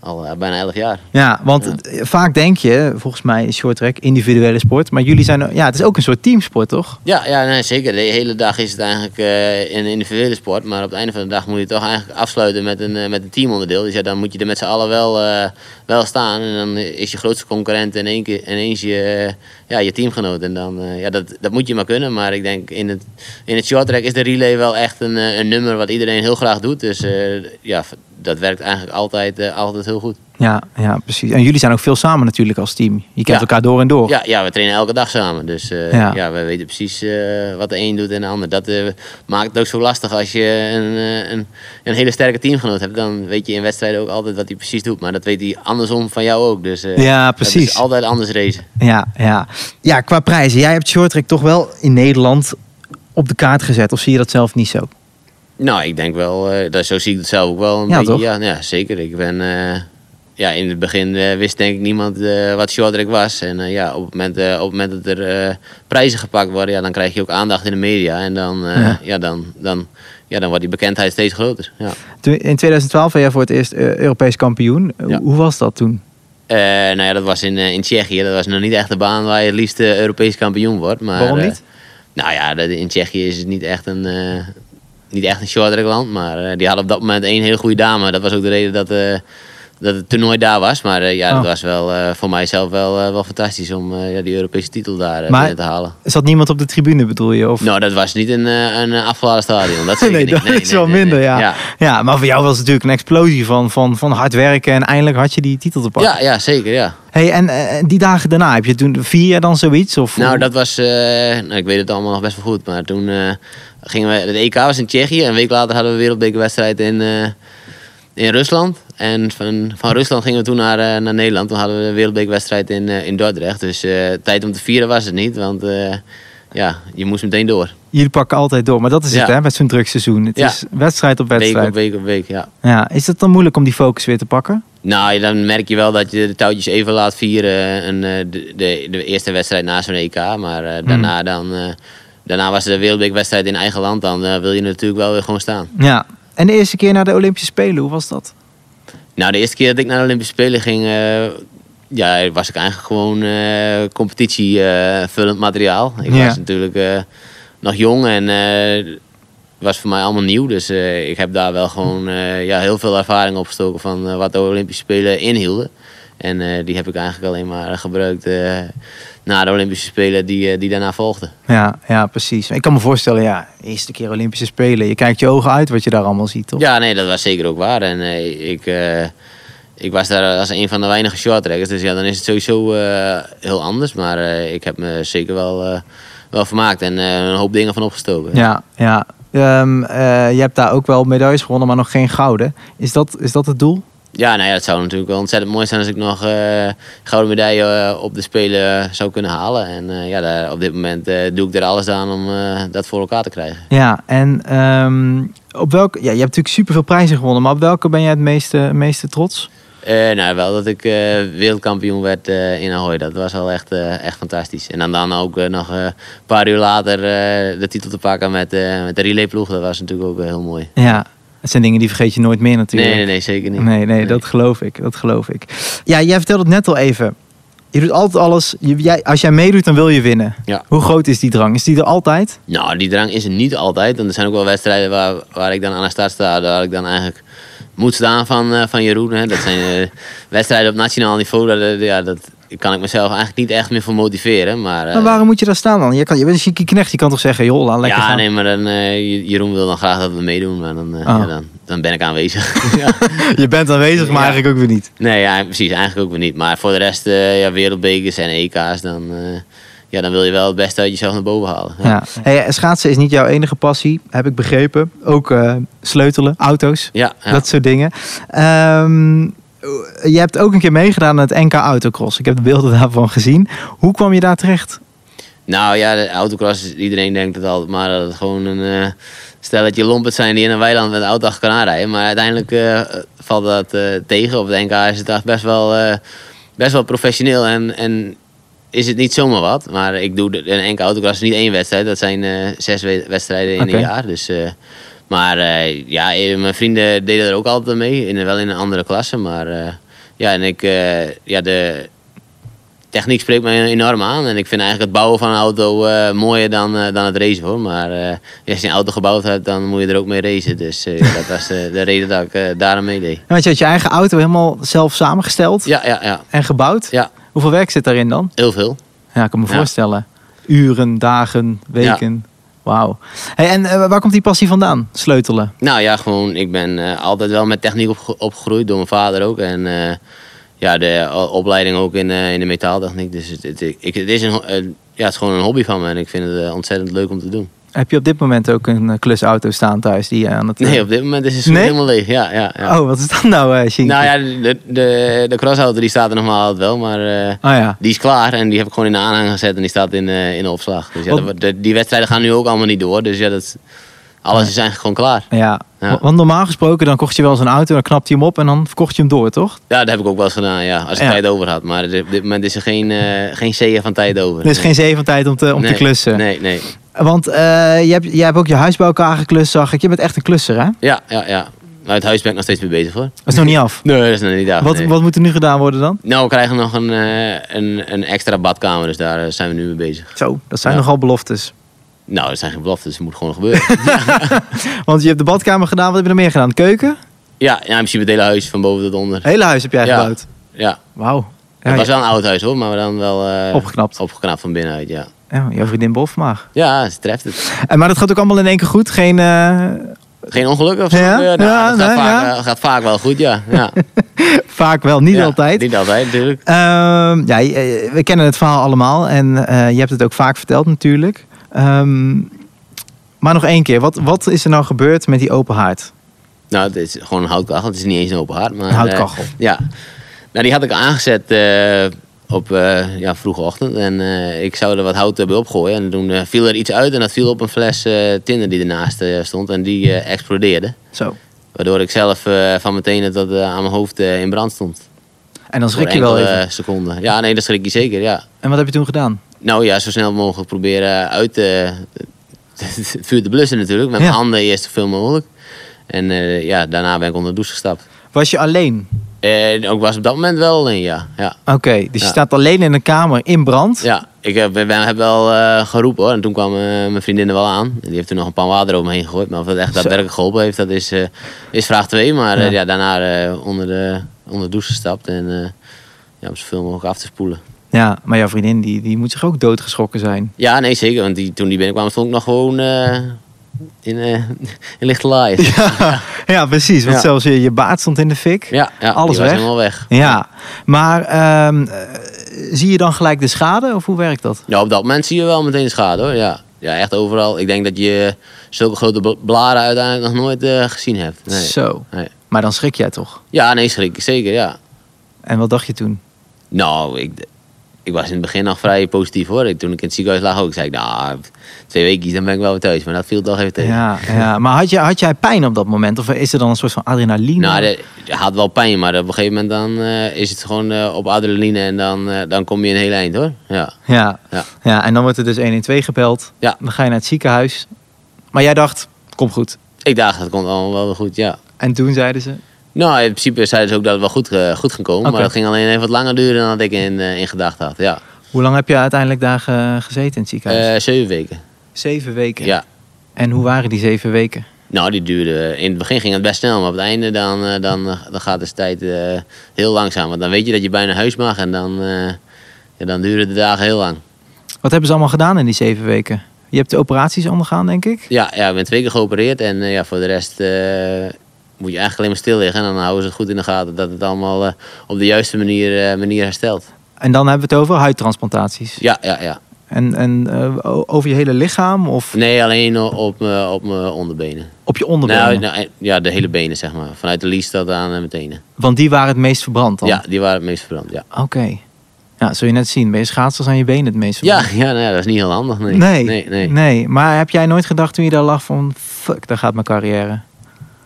Speaker 3: al eh, bijna 11 jaar.
Speaker 7: Ja, want eh, vaak denk je, volgens mij is short track individuele sport. Maar jullie zijn, ja, het is ook een soort teamsport, toch?
Speaker 3: Ja, ja nee, zeker. De hele dag is het eigenlijk eh, een individuele sport. Maar op het einde van de dag moet je toch eigenlijk afsluiten met een, eh, met een teamonderdeel. Dus ja, dan moet je er met z'n allen wel, eh, wel staan. En dan is je grootste concurrent in één keer, ineens je, eh, ja, je teamgenoot. En dan, eh, ja, dat, dat moet je maar kunnen. Maar ik denk in het, in het short track is de relay wel echt een, eh, een nummer wat iedereen heel graag doet. Dus eh, ja, dat werkt eigenlijk altijd, eh, altijd heel goed.
Speaker 7: Ja, ja, precies. En jullie zijn ook veel samen natuurlijk als team. Je kent
Speaker 3: Ja.
Speaker 7: elkaar door en door.
Speaker 3: Ja, ja, we trainen elke dag samen. Dus eh,
Speaker 7: Ja.
Speaker 3: ja. we weten precies eh, wat de een doet en de ander. Dat eh, maakt het ook zo lastig als je een, eh, een, een hele sterke teamgenoot hebt. Dan weet je in wedstrijden ook altijd wat hij precies doet. Maar dat weet hij andersom van jou ook. Dus eh,
Speaker 7: Ja,
Speaker 3: dat
Speaker 7: precies.
Speaker 3: is altijd anders racen.
Speaker 7: Ja, ja. ja, qua prijzen. Jij hebt short track toch wel in Nederland op de kaart gezet. Of zie je dat zelf niet zo?
Speaker 3: Nou, ik denk wel, eh, dat, zo zie ik het zelf ook wel. Een
Speaker 7: Ja,
Speaker 3: beetje.
Speaker 7: toch?
Speaker 3: Ja, ja, zeker. Ik ben, eh, ja, in het begin eh, wist denk ik niemand eh, wat shorttrack was. En eh, ja, op het, moment, eh, op het moment dat er eh, prijzen gepakt worden, ja, dan krijg je ook aandacht in de media. En dan, eh,
Speaker 7: Ja.
Speaker 3: ja. dan, dan, ja, dan wordt die bekendheid steeds groter. Ja.
Speaker 7: Toen- In 2012 ben jij voor het eerst eh, Europees kampioen. Eh,
Speaker 3: Ja.
Speaker 7: Hoe was dat toen?
Speaker 3: Eh, nou ja, dat was in, eh, in Tsjechië. Dat was nog niet echt de baan waar je het liefst eh, Europees kampioen wordt. Maar,
Speaker 7: Waarom
Speaker 3: eh,
Speaker 7: niet?
Speaker 3: nou ja, dat- in Tsjechië is het niet echt een, eh niet echt een shorttrack land. Maar eh, die hadden op dat moment één hele goede dame. Dat was ook de reden dat, eh, dat het toernooi daar was. Maar eh, ja, dat
Speaker 7: Oh.
Speaker 3: was wel eh, voor mijzelf wel, eh, wel fantastisch om eh, ja, die Europese titel daar eh,
Speaker 7: Maar-
Speaker 3: binnen te halen.
Speaker 7: Zat niemand op de tribune, bedoel je? Of?
Speaker 3: Nou, dat was niet een, eh, een afgeladen stadion. Dat zeker
Speaker 7: nee,
Speaker 3: niet.
Speaker 7: dat is wel
Speaker 3: nee,
Speaker 7: minder,
Speaker 3: nee.
Speaker 7: ja. ja.
Speaker 3: ja.
Speaker 7: maar voor jou was het natuurlijk een explosie van, van, van hard werken. En eindelijk had je die titel te pakken.
Speaker 3: Ja, ja, zeker, ja.
Speaker 7: Hey, en eh, die dagen daarna, heb je toen vier jaar dan zoiets? Of,
Speaker 3: Nou, dat was, eh, nou, ik weet het allemaal nog best wel goed, maar toen eh, gingen we, het EK was in Tsjechië, een week later hadden we weer op de wedstrijd in, eh, in Rusland. En van, van Rusland gingen we toen naar, eh, naar Nederland. Toen hadden we een wereldbeekwedstrijd in, eh, in Dordrecht. Dus eh, tijd om te vieren was het niet, want eh, ja, je moest meteen door.
Speaker 7: Jullie pakken altijd door. Maar dat is het
Speaker 3: Ja.
Speaker 7: hè, met zo'n druk seizoen. Het
Speaker 3: Ja.
Speaker 7: is wedstrijd op
Speaker 3: Week op
Speaker 7: wedstrijd.
Speaker 3: week op week, ja.
Speaker 7: Ja, is het dan moeilijk om die focus weer te pakken?
Speaker 3: Nou, dan merk je wel dat je de touwtjes even laat vieren. En, eh, de, de, de eerste wedstrijd na zo'n EK. Maar eh, daarna, dan, eh, daarna was de wereldbeekwedstrijd in eigen land. Dan eh, wil je natuurlijk wel weer gewoon staan.
Speaker 7: Ja. En de eerste keer naar de Olympische Spelen, hoe was dat?
Speaker 3: Nou, de eerste keer dat ik naar de Olympische Spelen ging, eh, ja, was ik eigenlijk gewoon eh, competitie competitievullend materiaal. Ik
Speaker 7: Ja.
Speaker 3: was natuurlijk eh, nog jong en eh, het was voor mij allemaal nieuw. Dus eh, ik heb daar wel gewoon eh, ja, heel veel ervaring opgestoken van eh, wat de Olympische Spelen inhielden. En eh, die heb ik eigenlijk alleen maar gebruikt eh, na de Olympische Spelen die, eh, die daarna volgden.
Speaker 7: Ja, ja, precies. Ik kan me voorstellen, ja, eerste keer Olympische Spelen. Je kijkt je ogen uit wat je daar allemaal ziet, toch?
Speaker 3: Ja, nee, dat was zeker ook waar. En eh, ik, eh, ik was daar als een van de weinige shorttrackers. Dus ja, dan is het sowieso eh, heel anders. Maar eh, ik heb me zeker wel, eh, wel vermaakt en eh, een hoop dingen van opgestoken.
Speaker 7: ja. ja. Ehm, eh, je hebt daar ook wel medailles gewonnen, maar nog geen gouden. Is dat, is dat het doel?
Speaker 3: Ja, nou ja, het zou natuurlijk wel ontzettend mooi zijn als ik nog eh, gouden medaille eh, op de Spelen zou kunnen halen. En eh, ja, daar, op dit moment eh, doe ik er alles aan om eh, dat voor elkaar te krijgen.
Speaker 7: Ja, en ehm, op welke, ja, je hebt natuurlijk superveel prijzen gewonnen, maar op welke ben jij het meeste, meeste trots?
Speaker 3: Eh, nou, wel dat ik eh, wereldkampioen werd eh, in Ahoy. Dat was wel echt, eh, echt fantastisch. En dan, dan ook eh, nog eh, een paar uur later eh, de titel te pakken met, eh, met de relayploeg. Dat was natuurlijk ook eh, heel mooi.
Speaker 7: Ja, het zijn dingen die vergeet je nooit meer natuurlijk.
Speaker 3: Nee, nee, nee, zeker niet.
Speaker 7: Nee, nee, dat geloof ik. Dat geloof ik. Ja, jij vertelde het net al even. Je doet altijd alles. Je- jij, als jij meedoet, dan wil je winnen.
Speaker 3: Ja.
Speaker 7: Hoe groot is die drang? Is die er altijd?
Speaker 3: Nou, die drang is er niet altijd. Want er zijn ook wel wedstrijden waar, waar ik dan aan de start sta. Waar ik dan eigenlijk moet staan van, eh, van Jeroen. Hè. Dat zijn eh, wedstrijden op nationaal niveau. Dat, eh, ja, dat kan ik mezelf eigenlijk niet echt meer voor motiveren. Maar, eh,
Speaker 7: Maar waarom moet je daar staan dan? Je, kan, je bent een chique knecht. Je kan toch zeggen, joh, laat lekker
Speaker 3: ja,
Speaker 7: gaan.
Speaker 3: nee, maar dan, eh, Jeroen wil dan graag dat we meedoen, maar dan, eh,
Speaker 7: Ah.
Speaker 3: ja, dan, dan ben ik aanwezig. ja.
Speaker 7: Je bent aanwezig, maar
Speaker 3: Ja.
Speaker 7: eigenlijk ook weer niet.
Speaker 3: Nee, ja, precies, eigenlijk ook weer niet. Maar voor de rest, eh, ja, wereldbekers en EK's, dan, eh, ja, dan wil je wel het beste uit jezelf naar boven halen.
Speaker 7: Ja. Hey, eh, schaatsen is niet jouw enige passie, heb ik begrepen. Ook eh, sleutelen, auto's,
Speaker 3: Ja, ja.
Speaker 7: dat soort dingen. Ehm, je hebt ook een keer meegedaan aan het NK Autocross. Ik heb de beelden daarvan gezien. Hoe kwam je daar terecht?
Speaker 3: Nou ja, de autocross, iedereen denkt het altijd maar dat het gewoon een eh, stelletje lompet zijn die in een weiland met de auto achter elkaar rijden. Maar uiteindelijk eh, valt dat eh, tegen. Op het NK is het echt best wel, eh, best wel professioneel en, en is het niet zomaar wat. Maar ik doe de- een enkele autocross niet één wedstrijd. Dat zijn eh, zes we- wedstrijden in
Speaker 7: Oké.
Speaker 3: een jaar. Dus, eh, maar eh, ja, eh, mijn vrienden deden er ook altijd mee. In, wel in een andere klasse. Maar eh, ja, en ik, eh, ja, de techniek spreekt mij enorm aan. En ik vind eigenlijk het bouwen van een auto eh, mooier dan, eh, dan het racen hoor. Maar eh, als je een auto gebouwd hebt, dan moet je er ook mee racen. Dus eh, ja, dat was de, de reden dat ik eh, daarom meedeed.
Speaker 7: En want je had je eigen auto helemaal zelf samengesteld
Speaker 3: Ja, ja, ja.
Speaker 7: en gebouwd.
Speaker 3: Ja,
Speaker 7: Hoeveel werk zit daarin dan?
Speaker 3: heel veel.
Speaker 7: Ja, ik kan me
Speaker 3: Ja.
Speaker 7: voorstellen. Uren, dagen, weken. Wauw. Hey, en eh, waar komt die passie vandaan? Sleutelen.
Speaker 3: Nou ja, gewoon, ik ben eh, altijd wel met techniek opge- opgegroeid, door mijn vader ook. En eh, ja, de o- opleiding ook in, eh, in de metaaltechniek. Dus het, het, ik, het, is een, ho- eh, ja, het is gewoon een hobby van me en ik vind het eh, ontzettend leuk om te doen.
Speaker 7: Heb je op dit moment ook een eh, klusauto staan thuis die je aan het... eh,
Speaker 3: Nee, op dit moment is het
Speaker 7: Nee?
Speaker 3: helemaal leeg. Ja, ja, ja.
Speaker 7: Oh, wat is dat nou, eh Shinky?
Speaker 3: Nou ja, de, de, de crossauto die staat er nog maar altijd wel, maar eh,
Speaker 7: Oh ja.
Speaker 3: die is klaar en die heb ik gewoon in de aanhang gezet en die staat in, eh, in de opslag. Dus ja,
Speaker 7: Wat-
Speaker 3: dat- de- die wedstrijden gaan nu ook allemaal niet door, dus ja, dat, alles is eigenlijk gewoon klaar.
Speaker 7: Ja.
Speaker 3: Ja.
Speaker 7: wa- want normaal gesproken dan kocht je wel zo'n auto, dan knapte je hem op en dan verkocht je hem door, toch?
Speaker 3: Ja, dat heb ik ook wel eens gedaan, ja. Als ik
Speaker 7: Ja.
Speaker 3: tijd over had. Maar op dit moment is er geen, eh geen zeeën van tijd over.
Speaker 7: Er is geen zee van tijd om te, om
Speaker 3: nee.
Speaker 7: te klussen.
Speaker 3: Nee, nee.
Speaker 7: Want eh, jij, hebt, jij hebt ook je huis bij elkaar geklust, zag ik. Je bent echt een klusser, hè?
Speaker 3: Ja, ja, ja. Maar het huis ben ik nog steeds mee bezig hoor.
Speaker 7: Dat is nog niet af.
Speaker 3: Nee, dat is nog niet af.
Speaker 7: Wat,
Speaker 3: nee.
Speaker 7: wat moet er nu gedaan worden dan?
Speaker 3: Nou, we krijgen nog een, eh, een, een extra badkamer, dus daar eh, zijn we nu mee bezig.
Speaker 7: Zo, dat zijn
Speaker 3: Ja.
Speaker 7: nogal beloftes.
Speaker 3: Nou, dat zijn geen beloftes, het moet gewoon gebeuren.
Speaker 7: Want je hebt de badkamer gedaan, wat heb je nog meer gedaan? De keuken?
Speaker 3: ja, ja, in principe het hele huis van boven tot onder.
Speaker 7: Het hele huis heb jij
Speaker 3: Ja.
Speaker 7: gebouwd.
Speaker 3: Ja,
Speaker 7: Wauw.
Speaker 3: het
Speaker 7: Ja,
Speaker 3: was wel een oud huis hoor, maar dan wel... eh,
Speaker 7: Opgeknapt.
Speaker 3: Opgeknapt van binnenuit, ja.
Speaker 7: ja, jouw vriendin Bof maar.
Speaker 3: Ja, ze treft het.
Speaker 7: En, maar dat gaat ook allemaal in één keer goed. Geen, eh,
Speaker 3: Geen ongeluk of zo?
Speaker 7: Ja?
Speaker 3: Eh, nou,
Speaker 7: Ja,
Speaker 3: dat gaat,
Speaker 7: nee,
Speaker 3: vaak,
Speaker 7: ja.
Speaker 3: eh, gaat vaak wel goed, ja. ja.
Speaker 7: vaak wel, niet
Speaker 3: Ja,
Speaker 7: altijd.
Speaker 3: Niet altijd, natuurlijk.
Speaker 7: Ehm, ja, je- eh, we kennen het verhaal allemaal en eh, je hebt het ook vaak verteld natuurlijk. Ehm, maar nog één keer, wat, wat is er nou gebeurd met die open haard?
Speaker 3: Nou, het is gewoon een houtkachel. Het is niet eens een open haard. Maar,
Speaker 7: Een houtkachel.
Speaker 3: eh, ja. Nou, die had ik aangezet eh, op eh, ja, vroege ochtend. En eh, ik zou er wat hout eh, bij opgooien. En toen eh, viel er iets uit en dat viel op een fles eh, tinder die ernaast eh, stond. En die eh, explodeerde.
Speaker 7: Zo.
Speaker 3: Waardoor ik zelf eh, van mijn tenen tot eh, aan mijn hoofd eh, in brand stond.
Speaker 7: En dan schrik
Speaker 3: Voor
Speaker 7: je wel
Speaker 3: enkele
Speaker 7: even.
Speaker 3: seconden. Ja, nee, dat schrik je zeker, ja.
Speaker 7: En wat heb je toen gedaan?
Speaker 3: Nou ja, zo snel mogelijk proberen uit te, het vuur te blussen natuurlijk. Met
Speaker 7: Ja.
Speaker 3: mijn handen eerst zoveel mogelijk. En eh, ja, daarna ben ik onder de douche gestapt.
Speaker 7: Was je alleen?
Speaker 3: En ook was op dat moment wel alleen, ja. Ja,
Speaker 7: Oké, dus je
Speaker 3: Ja.
Speaker 7: staat alleen in een kamer in brand.
Speaker 3: ja. ik heb, we hebben wel eh, geroepen hoor. En toen kwam eh, mijn vriendin er wel aan. Die heeft toen nog een pan water over me heen gegooid. Maar of dat echt daadwerkelijk geholpen heeft, dat is, eh, is vraag 2. Maar eh,
Speaker 7: Ja.
Speaker 3: ja. daarna eh, onder, de, onder de douche gestapt. En eh, ja, om zoveel mogelijk af te spoelen.
Speaker 7: Ja, maar jouw vriendin die, die moet zich ook doodgeschrokken zijn.
Speaker 3: Ja, nee zeker. Want die, toen die binnenkwam stond ik nog gewoon eh, in, eh in lichte laaien. Ja,
Speaker 7: Ja, precies. Want
Speaker 3: Ja.
Speaker 7: zelfs je, je baard stond in de fik.
Speaker 3: ja,
Speaker 7: Alles
Speaker 3: die
Speaker 7: weg?
Speaker 3: was helemaal weg.
Speaker 7: Ja, maar ehm, eh, zie je dan gelijk de schade of hoe werkt dat?
Speaker 3: Ja, op dat moment zie je wel meteen schade hoor. Ja. ja, echt overal. Ik denk dat je zulke grote bl- blaren uiteindelijk nog nooit eh, gezien hebt. Nee.
Speaker 7: Zo.
Speaker 3: Nee.
Speaker 7: Maar dan schrik jij toch?
Speaker 3: Ja, nee, schrik. Zeker, ja.
Speaker 7: En wat dacht je toen?
Speaker 3: Nou, ik, ik was in het begin nog vrij positief hoor. Ik- Toen ik in het ziekenhuis lag ook, zei ik, nou, twee weken dan ben ik wel weer thuis. Maar dat viel toch even tegen.
Speaker 7: Ja, ja. maar had, je, had jij pijn op dat moment? Of is er dan een soort van adrenaline?
Speaker 3: Nou, de- je had wel pijn, maar op een gegeven moment dan eh, is het gewoon eh, op adrenaline en dan, eh, dan kom je een heel eind hoor. Ja.
Speaker 7: ja. Ja.
Speaker 3: Ja.
Speaker 7: en dan wordt er dus 112 gebeld.
Speaker 3: Ja.
Speaker 7: Dan ga je naar het ziekenhuis. Maar jij dacht, kom goed.
Speaker 3: Ik dacht, dat komt allemaal wel weer goed, ja.
Speaker 7: En toen zeiden ze,
Speaker 3: Nou, in principe zeiden ze ook dat het wel goed, eh, goed ging komen.
Speaker 7: Oké.
Speaker 3: Maar dat ging alleen even wat langer duren dan dat ik in, eh, in gedachten had. Ja.
Speaker 7: hoe lang heb je uiteindelijk daar ge- gezeten in het ziekenhuis?
Speaker 3: Eh, zeven weken.
Speaker 7: zeven weken.
Speaker 3: Ja.
Speaker 7: En hoe waren die zeven weken?
Speaker 3: Nou, die duurde. In het begin ging het best snel, maar op het einde dan, eh, dan, eh, dan gaat de tijd eh, heel langzaam. Want dan weet je dat je bijna huis mag en dan, eh, ja, dan duren de dagen heel lang.
Speaker 7: Wat hebben ze allemaal gedaan in die zeven weken? Je hebt de operaties ondergaan, denk ik.
Speaker 3: Ja, ja, ik ben twee keer geopereerd en eh, ja, voor de rest eh, moet je eigenlijk alleen maar stil liggen. En dan houden ze het goed in de gaten dat het allemaal eh, op de juiste manier, eh, manier herstelt.
Speaker 7: En dan hebben we het over huidtransplantaties.
Speaker 3: Ja, ja, ja.
Speaker 7: En, en eh, o- over je hele lichaam of
Speaker 3: Nee, alleen o- op, mijn- op mijn onderbenen.
Speaker 7: op je onderbenen?
Speaker 3: Nou, nou, eh, ja, de hele benen zeg maar. Vanuit de lies tot aan eh, mijn tenen.
Speaker 7: Want die waren het meest verbrand dan?
Speaker 3: Ja, die waren het meest verbrand, ja.
Speaker 7: Oké. Ja, zul je net zien. Bij je schaatsers zijn je benen het meest
Speaker 3: Ja,
Speaker 7: verbrand.
Speaker 3: ja, nou ja, dat is niet heel handig. Nee.
Speaker 7: Nee.
Speaker 3: Nee, nee.
Speaker 7: Maar heb jij nooit gedacht toen je daar lag van... Fuck, daar gaat mijn carrière.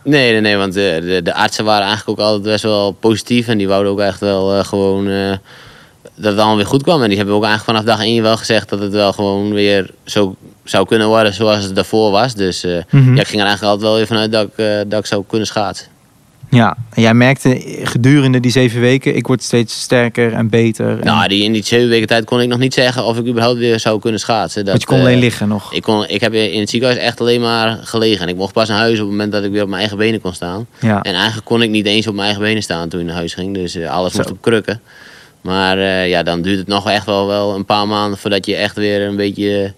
Speaker 3: nee, nee, nee, want eh, de, de, artsen waren eigenlijk ook altijd best wel positief. En die wouden ook echt wel eh, gewoon eh, dat het allemaal weer goed kwam. En die hebben ook eigenlijk vanaf dag één wel gezegd dat het wel gewoon weer zo zou kunnen worden zoals het daarvoor was. Dus eh,
Speaker 7: Mhm.
Speaker 3: ja, ik ging er eigenlijk altijd wel weer vanuit dat ik, eh, dat ik zou kunnen schaatsen.
Speaker 7: Ja, en jij merkte gedurende die zeven weken, ik word steeds sterker en beter. En-
Speaker 3: Nou, die, in die zeven weken tijd kon ik nog niet zeggen of ik überhaupt weer zou kunnen schaatsen. Dat,
Speaker 7: want je kon
Speaker 3: eh,
Speaker 7: alleen liggen nog.
Speaker 3: Ik, kon, ik heb in het ziekenhuis echt alleen maar gelegen. En ik mocht pas naar huis op het moment dat ik weer op mijn eigen benen kon staan.
Speaker 7: ja.
Speaker 3: En eigenlijk kon ik niet eens op mijn eigen benen staan toen ik naar huis ging. Dus eh, alles moest
Speaker 7: Zo.
Speaker 3: op krukken. Maar eh, ja, dan duurt het nog echt wel, wel een paar maanden voordat je echt weer een beetje eh,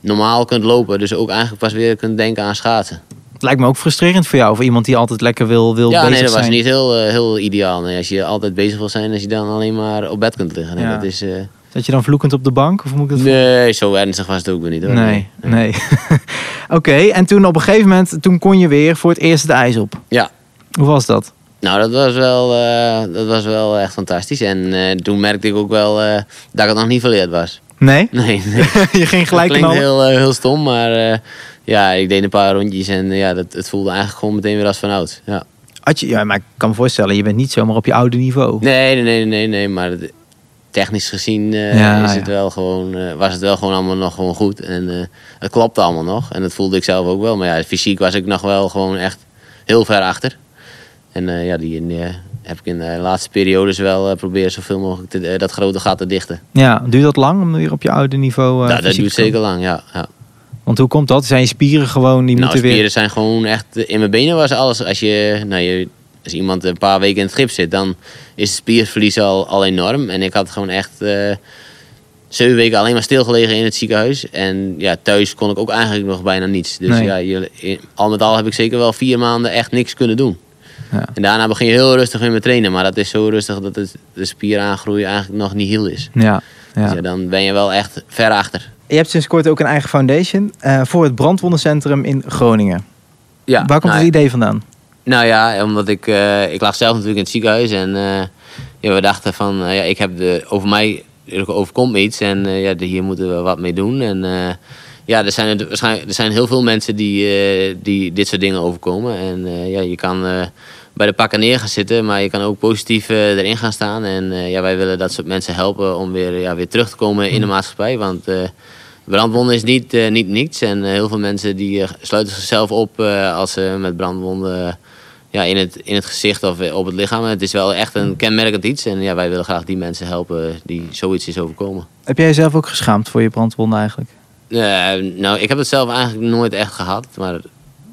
Speaker 3: normaal kunt lopen. Dus ook eigenlijk pas weer kunt denken aan schaatsen.
Speaker 7: Het lijkt me ook frustrerend voor jou, voor iemand die altijd lekker wil, wil
Speaker 3: Ja,
Speaker 7: bezig
Speaker 3: nee, dat was
Speaker 7: zijn.
Speaker 3: niet heel, eh, heel ideaal. Nee, als je altijd bezig wil zijn, als je dan alleen maar op bed kunt liggen. Nee,
Speaker 7: Ja.
Speaker 3: dat is, eh,
Speaker 7: Dat je dan vloekend op de bank, of moet ik dat
Speaker 3: nee, zo ernstig was het ook weer niet hoor.
Speaker 7: Nee, nee. Oké, en toen op een gegeven moment, toen kon je weer voor het eerst het ijs op.
Speaker 3: Ja,
Speaker 7: Hoe was dat?
Speaker 3: Nou, dat was wel, eh, dat was wel echt fantastisch. En eh, toen merkte ik ook wel eh, dat ik het nog niet verleerd was.
Speaker 7: Nee?
Speaker 3: Nee, nee.
Speaker 7: je ging gelijk
Speaker 3: dat klinkt
Speaker 7: knallen?
Speaker 3: heel, eh, heel stom, maar eh, ja, ik deed een paar rondjes en eh, ja, dat, het voelde eigenlijk gewoon meteen weer als vanouds. Ja.
Speaker 7: Had je, ja, maar ik kan me voorstellen, je bent niet zomaar op je oude niveau.
Speaker 3: Nee, nee, nee, nee, nee, maar het- technisch gezien eh,
Speaker 7: Ja,
Speaker 3: is het
Speaker 7: ja.
Speaker 3: wel gewoon, eh, was het wel gewoon allemaal nog gewoon goed. En eh, het klopte allemaal nog en dat voelde ik zelf ook wel. Maar ja, fysiek was ik nog wel gewoon echt heel ver achter. En eh, ja, die, eh, heb ik in de laatste periodes wel eh, proberen zoveel mogelijk te- eh, dat grote gat te dichten.
Speaker 7: Ja, duurt dat lang om weer op je oude niveau eh
Speaker 3: Nou, dat
Speaker 7: fysiek
Speaker 3: duurt
Speaker 7: te komen?
Speaker 3: zeker lang, ja. ja.
Speaker 7: Want hoe komt dat? Zijn je spieren gewoon, die
Speaker 3: Nou,
Speaker 7: moeten
Speaker 3: spieren
Speaker 7: weer...
Speaker 3: zijn gewoon echt... eh, In mijn benen was alles... Als, je, nou, je, als iemand een paar weken in het grip zit... dan is het spierverlies al, al enorm. En ik had gewoon echt... eh, zeven weken alleen maar stilgelegen in het ziekenhuis. En ja, thuis kon ik ook eigenlijk nog bijna niets. Dus
Speaker 7: Nee.
Speaker 3: ja, je, in- al met al heb ik zeker wel vier maanden echt niks kunnen doen.
Speaker 7: Ja.
Speaker 3: En daarna begin je heel rustig weer met trainen. Maar dat is zo rustig dat het, de spieraangroei eigenlijk nog niet heel is.
Speaker 7: Ja,
Speaker 3: Dus
Speaker 7: ja.
Speaker 3: ja, dan ben je wel echt ver achter.
Speaker 7: Je hebt sinds kort ook een eigen foundation eh, voor het brandwondencentrum in Groningen.
Speaker 3: Ja,
Speaker 7: Waar komt
Speaker 3: nou,
Speaker 7: het idee vandaan?
Speaker 3: Nou ja, omdat ik, eh, ik lag zelf natuurlijk in het ziekenhuis en eh, ja, we dachten van, eh, ja, ik heb de, over mij er overkomt me iets en eh, ja, de- hier moeten we wat mee doen. En eh, ja, er zijn, er, waarschijnlijk, er zijn heel veel mensen die, eh, die dit soort dingen overkomen. En eh, ja, je kan eh, bij de pakken neer gaan zitten, maar je kan ook positief eh, erin gaan staan. En eh, ja, wij willen dat soort mensen helpen om weer, ja, weer terug te komen in de maatschappij, want... eh, Brandwonden is niet, eh, niet niets. En eh, heel veel mensen die eh, sluiten zichzelf op eh, als ze met brandwonden eh, ja, in, het, in het gezicht of eh, op het lichaam. Het is wel echt een kenmerkend iets. En ja, wij willen graag die mensen helpen die zoiets is overkomen.
Speaker 7: Heb jij jezelf ook geschaamd voor je brandwonden eigenlijk?
Speaker 3: Eh, nou, ik heb het zelf eigenlijk nooit echt gehad. Maar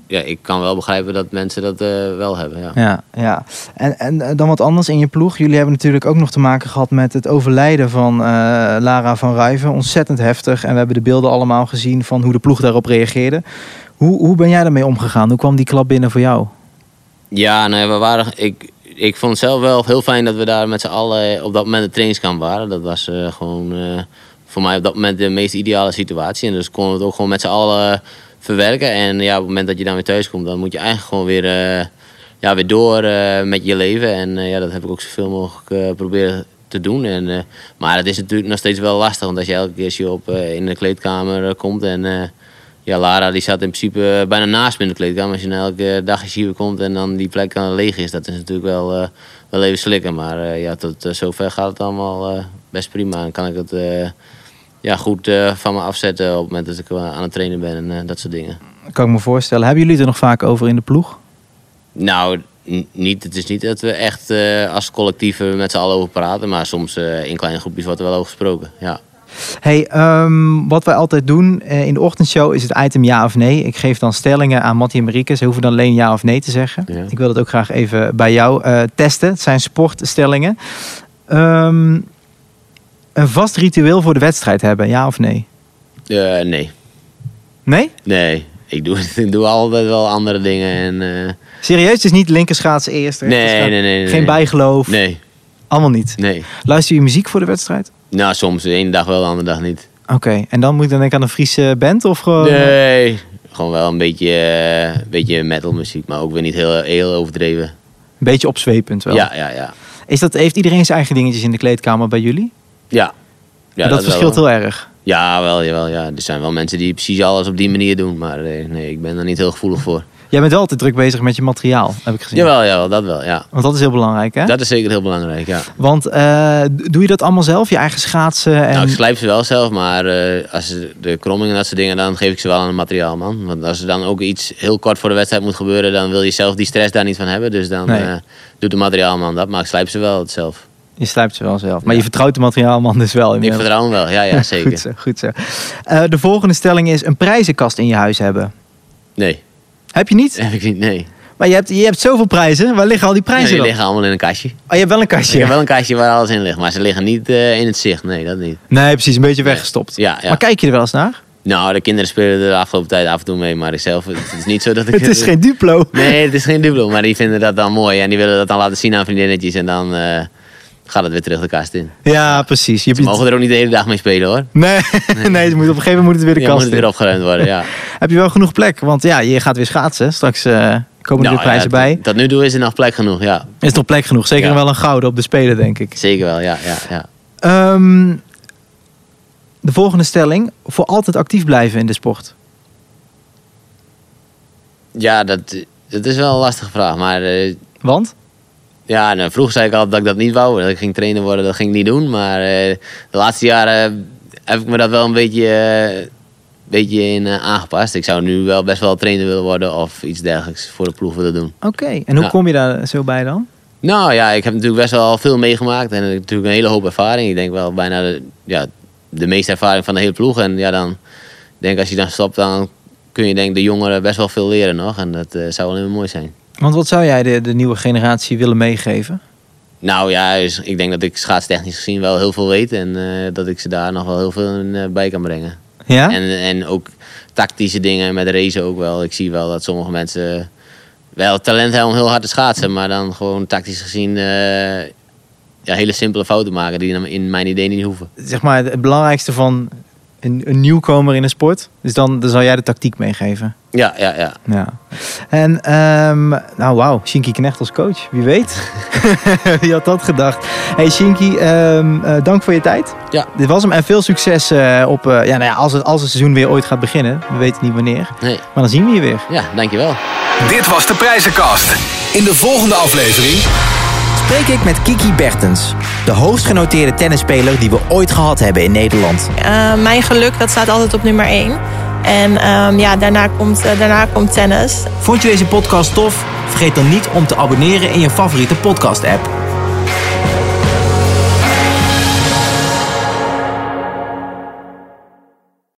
Speaker 3: ja, ik kan wel begrijpen dat mensen dat eh, wel hebben. Ja.
Speaker 7: Ja, ja. En, en eh, dan wat anders in je ploeg. Jullie hebben natuurlijk ook nog te maken gehad met het overlijden van eh, Lara van Ruiven. Ontzettend heftig. En we hebben de beelden allemaal gezien van hoe de ploeg daarop reageerde. Hoe, hoe ben jij daarmee omgegaan? Hoe kwam die klap binnen voor jou?
Speaker 3: Ja, nou ja, we waren, ik, ik vond het zelf wel heel fijn dat we daar met z'n allen eh, op dat moment de trainingskamp waren. Dat was eh, gewoon eh, voor mij op dat moment de meest ideale situatie. En dus konden we het ook gewoon met z'n allen verwerken. En ja, op het moment dat je dan weer thuis komt, dan moet je eigenlijk gewoon weer, eh, ja, weer door eh, met je leven. En eh, ja, dat heb ik ook zoveel mogelijk eh, proberen te doen. En, eh, maar het is natuurlijk nog steeds wel lastig, want als je elke keer als je op, eh, in de kleedkamer eh, komt en... eh, ja, Lara die zat in principe eh, bijna naast me in de kleedkamer. Als je nou elke dag eens hier weer komt en dan die plek dan leeg is, dat is natuurlijk wel, eh, wel even slikken. Maar eh, ja, tot eh, zover gaat het allemaal eh, best prima. En kan ik het eh, ja, goed eh, van me afzetten op het moment dat ik eh, aan het trainen ben en eh, dat soort dingen.
Speaker 7: Kan ik me voorstellen. Hebben jullie het er nog vaak over in de ploeg?
Speaker 3: Nou, n- niet. Het is niet dat we echt eh, als collectief eh, met z'n allen over praten, maar soms eh, in kleine groepjes wordt er wel over gesproken. Ja.
Speaker 7: Hey, ehm, wat wij altijd doen eh, in de ochtendshow is het item ja of nee. Ik geef dan stellingen aan Mattie en Marieke. Ze hoeven dan alleen ja of nee te zeggen.
Speaker 3: Ja.
Speaker 7: Ik wil dat ook graag even bij jou eh, testen. Het zijn sportstellingen. Ehm, een vast ritueel voor de wedstrijd hebben, ja of nee?
Speaker 3: Eh, nee,
Speaker 7: Nee?
Speaker 3: nee. Ik doe, ik doe altijd wel andere dingen en... eh,
Speaker 7: Serieus, het is niet linkerschaatsen eerst.
Speaker 3: Nee,
Speaker 7: rechterschaatsen.
Speaker 3: nee, nee, nee,
Speaker 7: Geen
Speaker 3: nee.
Speaker 7: bijgeloof,
Speaker 3: nee,
Speaker 7: allemaal niet.
Speaker 3: nee.
Speaker 7: Luister je muziek voor de wedstrijd?
Speaker 3: Nou, soms de ene dag wel, de andere dag niet.
Speaker 7: Oké, en dan moet ik dan denken aan een Friese band of gewoon...
Speaker 3: Nee. Gewoon wel een beetje, eh, een beetje metal muziek, maar ook weer niet heel, heel overdreven.
Speaker 7: Een beetje opzwepend wel.
Speaker 3: Ja, ja, ja.
Speaker 7: Is dat, heeft iedereen zijn eigen dingetjes in de kleedkamer bij jullie?
Speaker 3: Ja. ja
Speaker 7: dat,
Speaker 3: wel.
Speaker 7: verschilt heel erg.
Speaker 3: Ja, wel, jawel, ja. Er zijn wel mensen die precies alles op die manier doen, maar eh, nee, ik ben daar niet heel gevoelig voor.
Speaker 7: Jij bent wel te druk bezig met je materiaal, heb ik gezien.
Speaker 3: Jawel, jawel, dat wel, ja.
Speaker 7: Want dat is heel belangrijk, hè?
Speaker 3: Dat is zeker heel belangrijk, ja.
Speaker 7: Want eh, d- doe je dat allemaal zelf? Je eigen schaatsen? En...
Speaker 3: Nou, ik slijp ze wel zelf, maar eh, als ze- de krommingen en dat soort dingen, dan geef ik ze wel aan het materiaal, man. Want als er dan ook iets heel kort voor de wedstrijd moet gebeuren, dan wil je zelf die stress daar niet van hebben. Dus dan
Speaker 7: Nee.
Speaker 3: eh, doet de materiaalman dat, maar ik slijp ze wel zelf.
Speaker 7: Je slijpt ze wel zelf. Maar je vertrouwt de materiaalman dus wel.
Speaker 3: Ik
Speaker 7: inmiddels.
Speaker 3: vertrouw hem wel, ja, ja,
Speaker 7: Goed
Speaker 3: zeker.
Speaker 7: zo, goed zo. Eh, de volgende stelling is een prijzenkast in je huis hebben.
Speaker 3: Nee,
Speaker 7: Heb je niet?
Speaker 3: heb ik niet, nee.
Speaker 7: Maar je hebt, je hebt zoveel prijzen. Waar liggen al die
Speaker 3: Nee,
Speaker 7: prijzen
Speaker 3: die
Speaker 7: dan?
Speaker 3: liggen allemaal in een kastje.
Speaker 7: Oh, je hebt wel een
Speaker 3: Ik
Speaker 7: kastje.
Speaker 3: heb wel een kastje waar alles in ligt, maar ze liggen niet eh, in het zicht, nee, dat niet.
Speaker 7: Nee, precies. Een beetje weggestopt.
Speaker 3: Ja, ja.
Speaker 7: Maar kijk je er wel eens naar?
Speaker 3: Nou, de kinderen spelen er de afgelopen tijd af en toe mee, maar ik zelf, het is niet zo dat ik...
Speaker 7: Het is geen Duplo.
Speaker 3: Nee, het is geen dublo, maar die vinden dat dan mooi en die willen dat dan laten zien aan vriendinnetjes en dan eh, gaat het weer terug de kast in.
Speaker 7: Ja, precies. Je
Speaker 3: Ze
Speaker 7: hebt-
Speaker 3: mogen er ook niet de hele dag mee spelen hoor.
Speaker 7: Nee, nee. het moet, op een gegeven moment moet het weer de
Speaker 3: Je moet
Speaker 7: kast
Speaker 3: het
Speaker 7: in.
Speaker 3: weer opgeruimd worden, ja.
Speaker 7: Heb je wel genoeg plek? Want ja, je gaat weer schaatsen. Straks eh, komen er
Speaker 3: Nou,
Speaker 7: weer prijzen
Speaker 3: ja,
Speaker 7: bij.
Speaker 3: tot- Tot nu toe is er nog plek genoeg, ja.
Speaker 7: Is nog plek genoeg. Zeker
Speaker 3: Ja.
Speaker 7: wel een gouden op de Spelen, denk ik.
Speaker 3: Zeker wel, ja, ja, ja.
Speaker 7: Ehm, de volgende stelling. Voor altijd actief blijven in de sport.
Speaker 3: Ja, dat, dat is wel een lastige vraag, maar eh,
Speaker 7: Want?
Speaker 3: ja, nou, vroeger zei ik altijd dat ik dat niet wou, dat ik ging trainer worden, dat ging ik niet doen. Maar eh, de laatste jaren heb ik me dat wel een beetje, eh, beetje in eh, aangepast. Ik zou nu wel best wel trainer willen worden of iets dergelijks voor de ploeg willen doen.
Speaker 7: Oké. En hoe
Speaker 3: Ja.
Speaker 7: kom je daar zo bij dan?
Speaker 3: Nou ja, ik heb natuurlijk best wel veel meegemaakt en natuurlijk een hele hoop ervaring. Ik denk wel bijna de, ja, de meeste ervaring van de hele ploeg. En ja, dan ik denk als je dan stopt, dan kun je denk ik de jongeren best wel veel leren nog. En dat eh, zou alleen maar mooi zijn.
Speaker 7: Want wat zou jij de, de nieuwe generatie willen meegeven?
Speaker 3: Nou ja, dus ik denk dat ik schaatstechnisch gezien wel heel veel weet. En eh, dat ik ze daar nog wel heel veel in, eh, bij kan brengen.
Speaker 7: Ja?
Speaker 3: En, en ook tactische dingen met racen ook wel. Ik zie wel dat sommige mensen wel talent hebben om heel hard te schaatsen, maar dan gewoon tactisch gezien eh, ja, hele simpele fouten maken die dan in mijn idee niet hoeven.
Speaker 7: Zeg maar het belangrijkste van een, een nieuwkomer in de sport. Dus dan, dan zal jij de tactiek meegeven.
Speaker 3: Ja, ja, ja.
Speaker 7: Ja. En, ehm, nou wauw, Shinky Knecht als coach. Wie weet. Wie had dat gedacht? Hey Shinky, ehm, eh, dank voor je tijd.
Speaker 3: Ja.
Speaker 7: Dit was hem. En veel succes eh, op, eh, ja, nou ja, als, het, als het seizoen weer ooit gaat beginnen. We weten niet wanneer.
Speaker 3: Nee.
Speaker 7: Maar dan zien we je weer.
Speaker 3: Ja, dankjewel.
Speaker 5: Dit was de prijzenkast. In de volgende aflevering.
Speaker 6: Spreek ik met Kiki Bertens, de hoogst genoteerde tennisspeler die we ooit gehad hebben in Nederland.
Speaker 2: Eh, mijn geluk, dat staat altijd op nummer 1. En ehm, ja, daarna komt, eh, daarna komt tennis.
Speaker 6: Vond je deze podcast tof? Vergeet dan niet om te abonneren in je favoriete podcast-app.